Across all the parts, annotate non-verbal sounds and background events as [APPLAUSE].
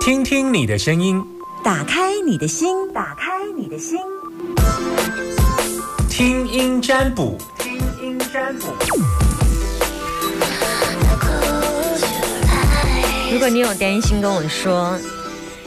听听你的声音，打开你的心，打开你的心，听音占卜，听音占卜。如果你有担心，跟我说。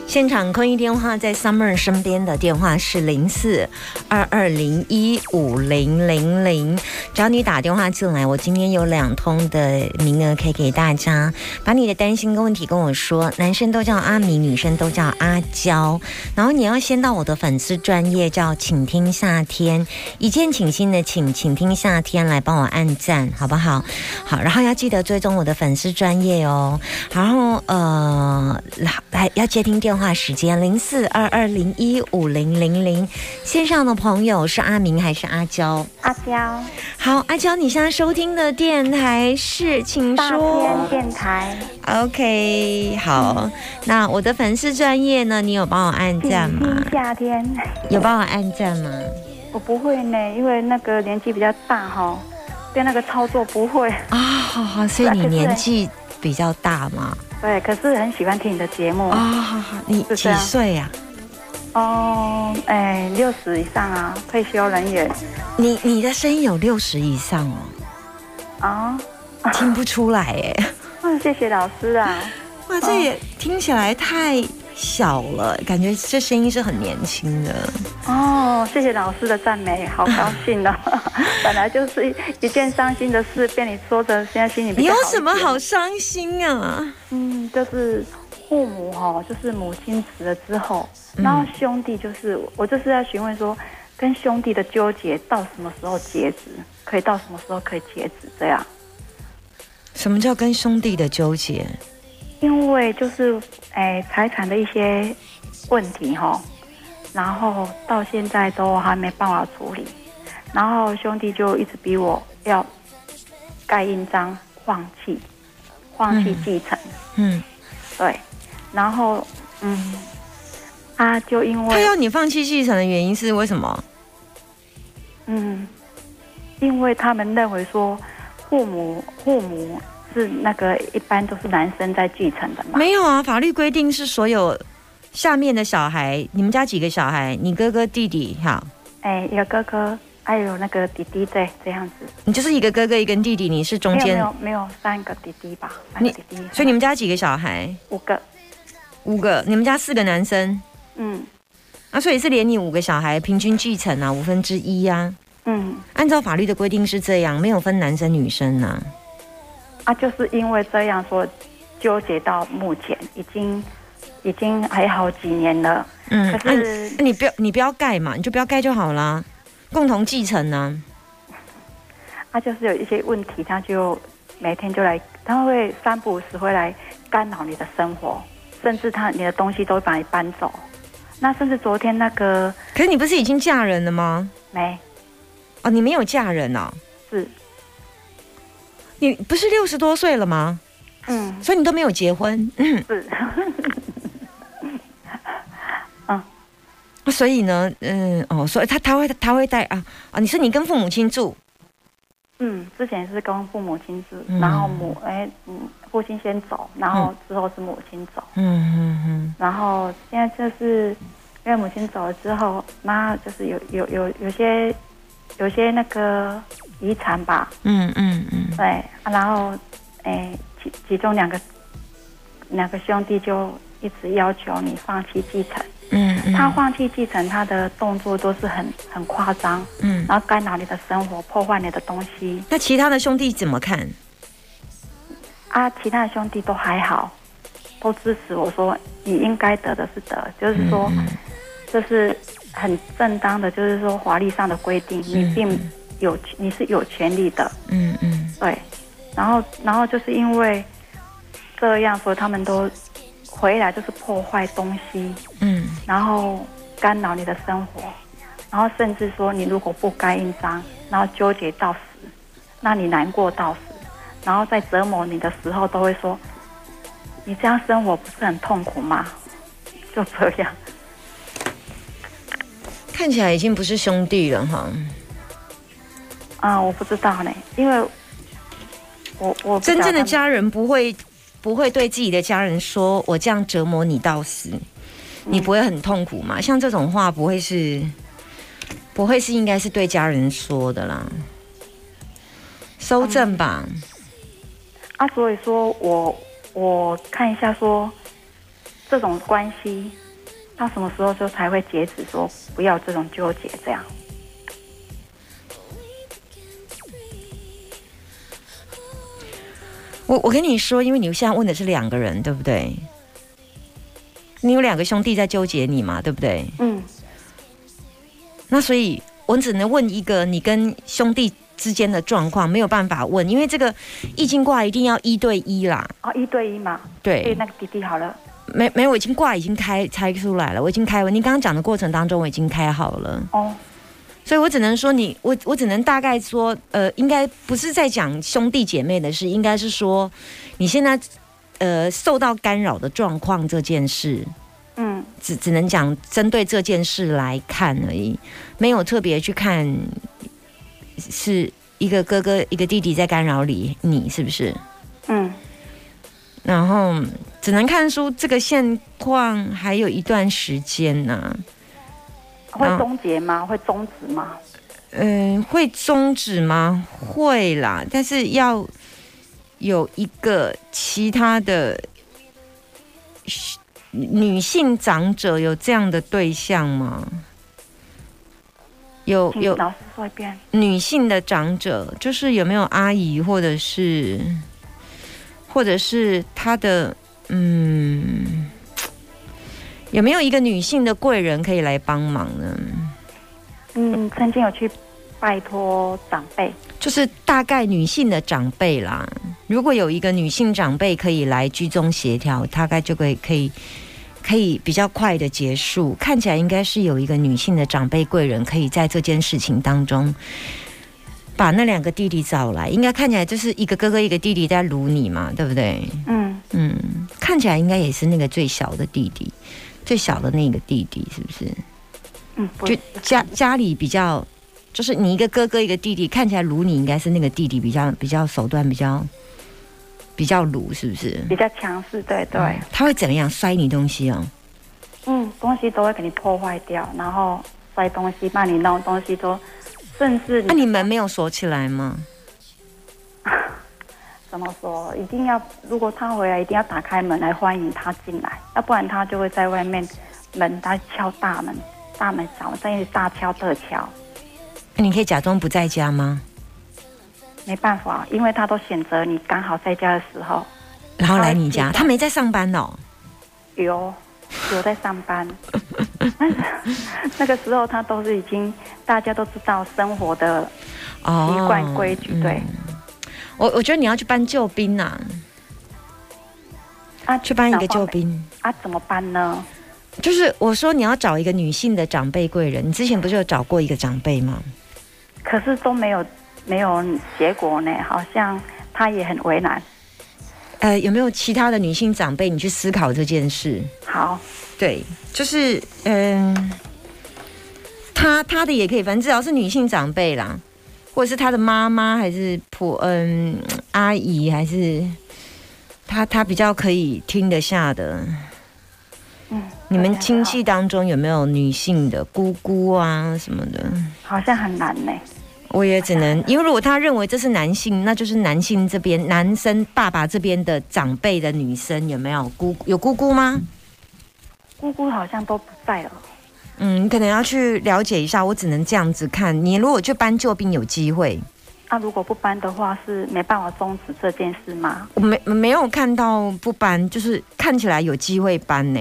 现场空一电话在 Summer 身边的电话是零四二二零一五零零零，只要你打电话进来，我今天有两通的名额可以给大家，把你的担心跟问题跟我说。男生都叫阿明，女生都叫阿娇，然后你要先到我的粉丝专业叫“请听夏天”，一见倾心的请，请听夏天来帮我按赞，好不好？好，然后要记得追踪我的粉丝专业哦。然后呃，来来要接听电话时间零四二二零一五零零零。线上的朋友是阿明还是阿娇？阿娇，好，阿娇，你现在收听的电台是，请大说天。电台， OK，好，那我的粉丝专业呢？你有帮我按请赞吗 [LAUGHS] 听？夏天。有帮我按赞吗？我不会呢，因为那个年纪比较大哈，对那个操作不会。 [LAUGHS] 啊、好好，所以你年纪比较大嘛？对，可是很喜欢听你的节目啊、。好好，你是这几样岁啊呀、哦，哎，六十以上啊，退休人员你你的声音有六十以上哦，啊。听不出来哎。 [LAUGHS] 嗯，谢谢老师 [LAUGHS] 啊。哇，这也听起来太小了，感觉这声音是很年轻的。哦，谢谢老师的赞美，好高兴哦。 [LAUGHS] 本来就是一一件伤心的事，被你说着，现在心里比你较有好一什么点好伤心啊？嗯，就是父母哈、就是母亲死了之后，然后兄弟就是我就是在询问说，跟兄弟的纠结到什么时候截止，可以到什么时候可以截止这样？什么叫跟兄弟的纠结？因为就是哎财产的一些问题哈、然后到现在都还没办法处理，然后兄弟就一直逼我要盖印章放弃，放弃继承，嗯，对，然后嗯，他就因他为要你放弃继承的原因是为什么？嗯，因为他们认为说父母父母是那个一般都是男生在继承的嘛，没有啊，法律规定是所有下面的小孩，你们家几个小孩？你哥哥弟弟，好，哎，有哥哥，还有那个弟弟对，这样子，你就是一个哥哥一个弟弟，你是中没有没间，有没有三个弟弟吧，三你个弟弟，所以你们家几个小孩？五个，五个，你们家四个男生，嗯啊，所以是连你五个小孩平均继承啊，五分之一啊。嗯，按照法律的规定是这样，没有分男生女生呐、啊，就是因为这样说纠结到目前已经已经还好几年了，嗯，可啊是你、啊你不要你不要盖嘛，你就不要盖就好啦。共同继承啊呢、他就是有一些问题，他就每天就来，他会三不五时会来干扰你的生活，甚至他你的东西都会把你搬走。那甚至昨天那个可是你不是已经嫁人了吗？没哦，你没有嫁人哦，是，你不是六十多岁了吗？嗯所以你都没有结婚，嗯，是，所以呢，嗯，哦，所以他他会他会带啊啊，你说你跟父母亲住，嗯，之前是跟父母亲住，嗯然后母哎嗯父亲先走，然后之后是母亲走，嗯嗯嗯，然后现在就是因为母亲走了之后，妈就是有有有有些有些那个遗产吧，嗯嗯嗯，对，啊然后，诶，其其中两个两个兄弟就一直要求你放弃继承。嗯嗯，他放弃继承，他的动作都是很很夸张，嗯，然后干扰你的生活，破坏你的东西。那其他的兄弟怎么看？啊，其他的兄弟都还好，都支持我说你应该得的是得，就是说，嗯这是很正当的，就是说法律上的规定，你并有你是有权利的。嗯嗯对，然后然后就是因为这样，所以他们都回来就是破坏东西，嗯，然后干扰你的生活，然后甚至说你如果不盖印章，然后纠结到死，那你难过到死，然后在折磨你的时候都会说，你这样生活不是很痛苦吗？就这样，看起来已经不是兄弟了哈，啊、我不知道呢，因为我我不真正晓得的他们家人不会不会对自己的家人说“我这样折磨你到死”，你不会很痛苦吗？像这种话不会是，不会是应该是对家人说的啦。收证吧，啊，所以说我我看一下说，这种关系到什么时候就才会截止说不要这种纠结这样。我我跟你说，因为你现在问的是两个人，对不对？你有两个兄弟在纠结你嘛，对不对？嗯，那所以我只能问一个你跟兄弟之间的状况，没有办法问，因为这个易经卦一定要一对一啦。啊，一对一嘛，对对，那个弟弟好了。没没有，我已经卦已经开拆出来了，我已经开完。你刚刚讲的过程当中，我已经开好了，哦，所以我只能说你，我我只能大概说，呃，应该不是在讲兄弟姐妹的事，应该是说你现在呃受到干扰的状况这件事。嗯，只只能讲针对这件事来看而已，没有特别去看是一个哥哥一个弟弟在干扰你，你是不是？嗯，然后只能看出这个现况还有一段时间呐、会嗯终结吗？会终止吗？嗯，会终止吗？会啦，但是要有一个其他的女性长者有这样的对象吗？有请有老师说一遍。女性的长者，就是有没有阿姨或者是或者是她的嗯，有没有一个女性的贵人可以来帮忙呢？嗯，曾经有去拜托长辈。就是大概女性的长辈啦，如果有一个女性长辈可以来居中协调，大概就可以可以可以比较快的结束。看起来应该是有一个女性的长辈贵人可以在这件事情当中。把那两个弟弟找来，应该看起来就是一个哥哥一个弟弟在撸你嘛，对不对？嗯，嗯，看起来应该也是那个最小的弟弟，最小的那个弟弟是不是？嗯，不就家家里比较，就是你一个哥哥一个弟弟，看起来鲁你应该是那个弟弟比较比较手段比较比较鲁，是不是？比较强势，对对。嗯他会怎么样摔你东西哦？嗯，东西都会给你破坏掉，然后摔东西、帮你弄东西都，甚至那、你啊你门没有锁起来吗？怎么说，一定要如果他回来，一定要打开门来欢迎他进来，要不然他就会在外面门他敲大门、大门小门，在那里大敲特敲，啊那你可以假装不在家吗？没办法，因为他都选择你刚好在家的时候，然后来你家，他会他没在上班哦。有有在上班， [LAUGHS] 但是那个时候他都是已经大家都知道生活的哦，习惯规矩，对。嗯我我觉得你要去搬救兵呐、啊，去搬一个然后救呢兵。啊，怎么办呢？就是我说你要找一个女性的长辈贵人，你之前不是有找过一个长辈吗？可是都没有没有结果呢，好像他也很为难。呃，有没有其他的女性长辈，你去思考这件事？好，对，就是嗯，她她的也可以，反正只要是女性长辈啦，或者是她的妈妈，还是婆嗯阿姨，还是她她比较可以听得下的。嗯，你们好像亲戚当中有没有女性的姑姑啊什么的？好像很难呢。我也只能，因为如果他认为这是男性，那就是男性这边男生爸爸这边的长辈的女生有没有姑有姑姑吗？姑姑好像都不在了。嗯，你可能要去了解一下，我只能这样子看。你如果去搬救兵有机会，那、啊如果不搬的话，是没办法终止这件事吗？我没没有看到不搬，就是看起来有机会搬呢、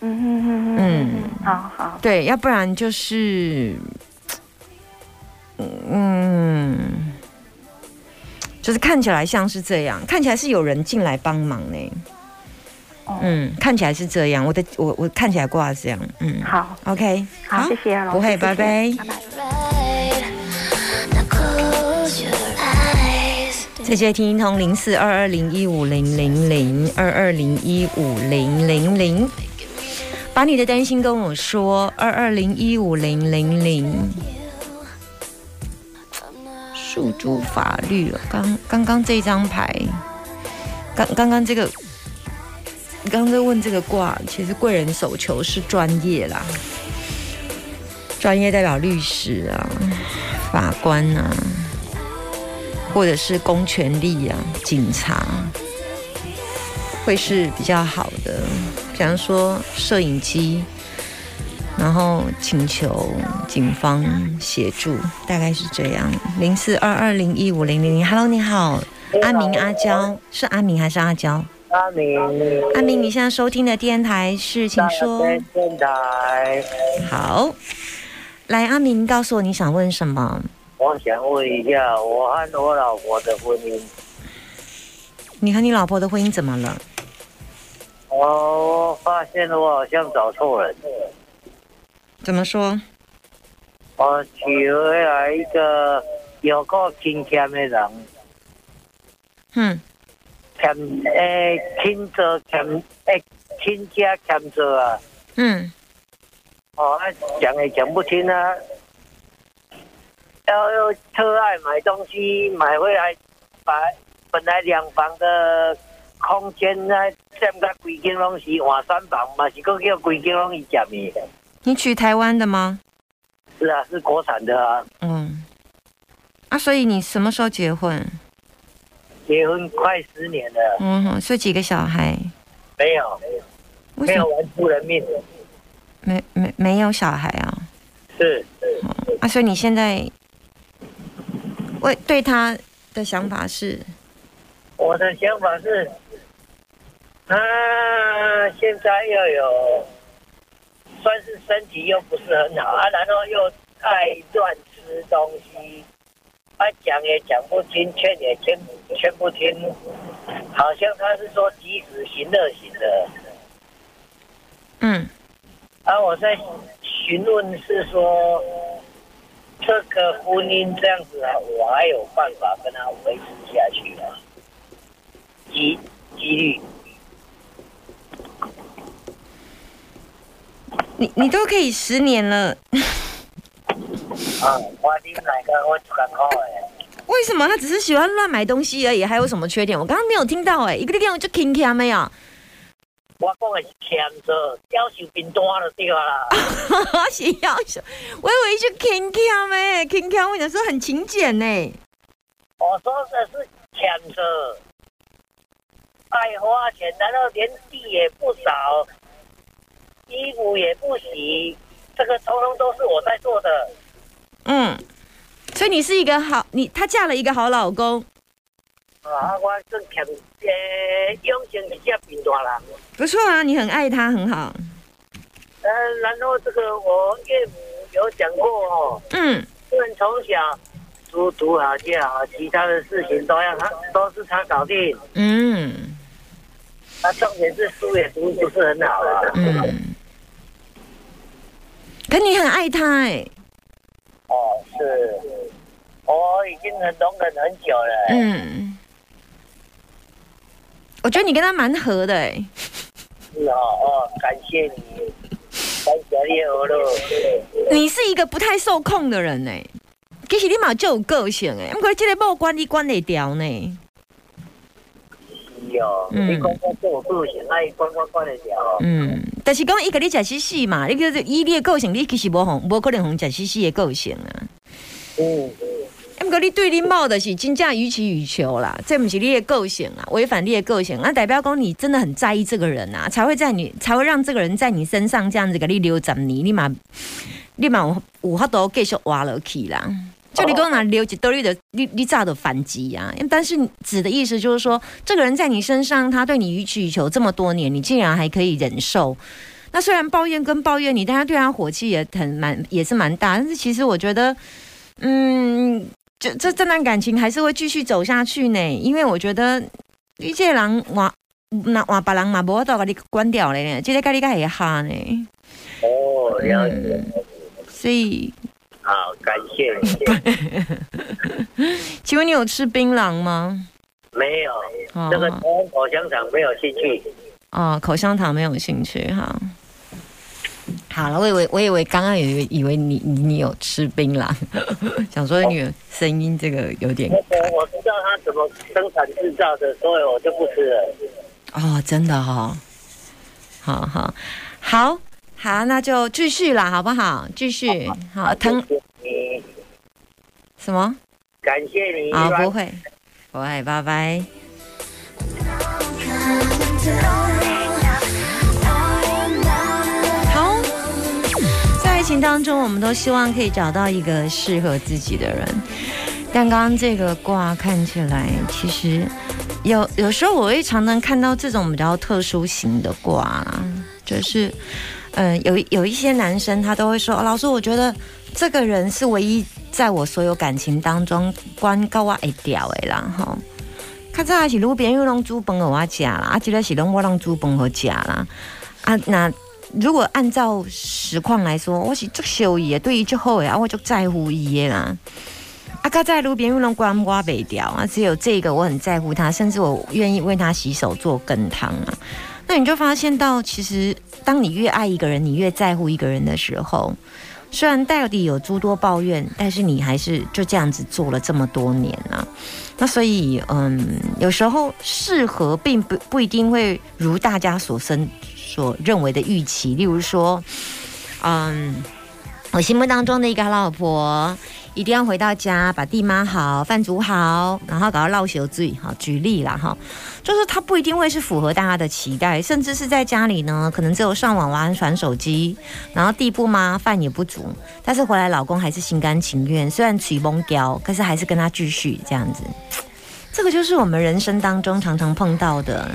嗯哼哼哼哼嗯哼，好好，对，要不然就是，嗯，就是看起来像是这样，看起来是有人进来帮忙呢、哦嗯，看起来是这样，我的我我看起来挂是这样，嗯好，OK，好，谢谢啊老师，不会，谢谢拜拜。拜拜。这接听一通零四二二零一五零零零二二零一五零零零，把你的担心跟我说，二二零一五零零零。诉诸法律，刚刚刚这一张牌，刚刚刚这个，你刚刚在问这个卦，其实贵人手球是专业啦，专业代表律师啊、法官啊，或者是公权力啊、警察，会是比较好的。比方说摄影机，然后请求警方协助，大概是这样。零四二二零一五零零零，Hello，你好，阿明阿娇是阿明还是阿娇？阿明，阿明，你现在收听的电台是，请说。电台，好，来，阿明，告诉我你想问什么？我想问一下，我和我老婆的婚姻，你和你老婆的婚姻怎么了？我发现我好像找错人，怎么说？我娶回来一个有够亲切的人，哼，欠诶亲着欠诶亲家欠着啊，嗯，哦，啊讲也讲不清啊，要要特爱买东西，买回来把本来两房的空间呢，占个规间拢是换三房嘛，是够叫规间拢伊占的。你娶台湾的吗？是啊，是国产的啊，嗯，啊，所以你什么时候结婚？结婚快十年了，嗯哼，所以几个小孩？没有为没什有么玩出人命，没没没有小孩啊？是啊，所以你现在为对他的想法是，我的想法是，啊，现在又有算是身体又不是很好啊，然后又爱乱吃东西，啊，讲也讲不听，劝也劝劝不听，好像他是说及时行乐型的，嗯啊，我在询问是说，这个婚姻这样子啊，我还有办法跟他维持下去吗？几几率？你你都可以十年了，啊，我你哪个我就敢考的，为什么他只是喜欢乱买东西而已？还有什么缺点？我刚刚没有听到哎、一个地方就 king king 没有，我讲的是欠着，要求平单就对啦。是要求，我以为就 king king 哎，king king 我想说很勤俭呢、我说的是欠着，爱花钱，然后连地也不扫，衣服也不洗，这个通通都是我在做的。嗯，所以你是一个好，你她嫁了一个好老公，啊，我算欠呃诶，养成一只贫惰人。不错啊，你很爱他，很好，呃，然后这个我岳母有讲过哦，嗯因为从小读读好就好，其他的事情都要他都是他搞定。嗯啊，重点是书也读不是很好啊。嗯，可你很爱他哎、哦，是，我已经很容忍很久了。嗯，我觉得你跟他蛮合的哎、是哦哦，感谢你，感谢你的鹅肉。你是一个不太受控的人哎、其实你嘛就有个性哎、不过你这个某管你管得掉呢、是哦，嗯你讲我做个性，爱管管管得了。嗯，但是讲伊甲你食死死嘛，你叫做以你的个性，你其实无红，无可能红食死死的个性啊。嗯，啊，毋过你对恁某的是真正予取予求啦，这毋是你的个性啊，违反你的个性，那代表讲你真的很在意这个人啊，才会在你才会让这个人在你身上这样子给你留十年，你嘛你嘛有有法度继续活落去啦。就你讲若留一堆你的，你你早的反击啊！但是子的意思就是说，这个人在你身上，他对你予取予求这么多年，你竟然还可以忍受。那虽然抱怨跟抱怨你，但他对他火气也很蛮，也是蛮大。但是其实我觉得，嗯，这这这段感情还是会继续走下去呢，因为我觉得你这个人换那换别人嘛，无法度把你关掉了呢，这个跟你个会哈呢，哦，了嗯解，所以，好，感谢 [LAUGHS] 你。请问你有吃槟榔吗？没有，哦这个台湾口香糖没有兴趣。哦，口香糖没有兴趣哈。好了，我以为我以为刚刚以为以为 [LAUGHS] 你你你有吃槟榔，想说你的声音这个有点那个我是道它怎么生产制造的，所以我就不吃了。哦，真的哦，好好好好，那就继续啦，好不好？继续好腾谢谢你，什么？感谢你，啊，拜不会，不会，拜拜。好，在爱情当中，我们都希望可以找到一个适合自己的人，但刚刚这个卦看起来，其实有有时候我会常常看到这种比较特殊型的卦啦，就是。嗯，有一有一些男生他都会说，哦老师，我觉得这个人是唯一在我所有感情当中关高我会掉的啦，吼。较早是路边又弄煮饭给我食啦，啊，即个是拢我弄煮饭给食啦。啊，那如果按照实况来说，我是足受伊的，对伊足好的，啊，我足在乎伊的啦。啊，较在路边又拢关我袂掉啊，只有这个我很在乎他，甚至我愿意为他洗手做羹汤啊。那你就发现到，其实当你越爱一个人，你越在乎一个人的时候，虽然到底有诸多抱怨，但是你还是就这样子做了这么多年啊。那所以，嗯，有时候适合并不不一定会如大家所生所认为的预期。例如说，嗯，我心目当中的一个好老婆，一定要回到家把地妈好、饭煮好，然后搞到落酒醉。好，举例啦哈，就是它不一定会是符合大家的期待，甚至是在家里呢，可能只有上网玩、玩手机，然后地不嘛饭也不煮，但是回来老公还是心甘情愿，虽然娶崩娇，可是还是跟他继续这样子。这个就是我们人生当中常常碰到的。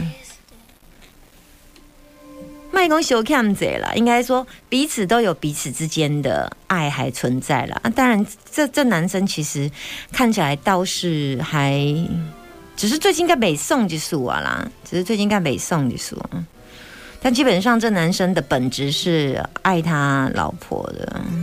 麦公修 cam 贼啦，应该说彼此都有彼此之间的爱还存在啦。啊、当然这这男生其实看起来倒是还，只是最近在北宋就是我啊啦，只是最近在北宋就是我。但基本上这男生的本质是爱他老婆的。嗯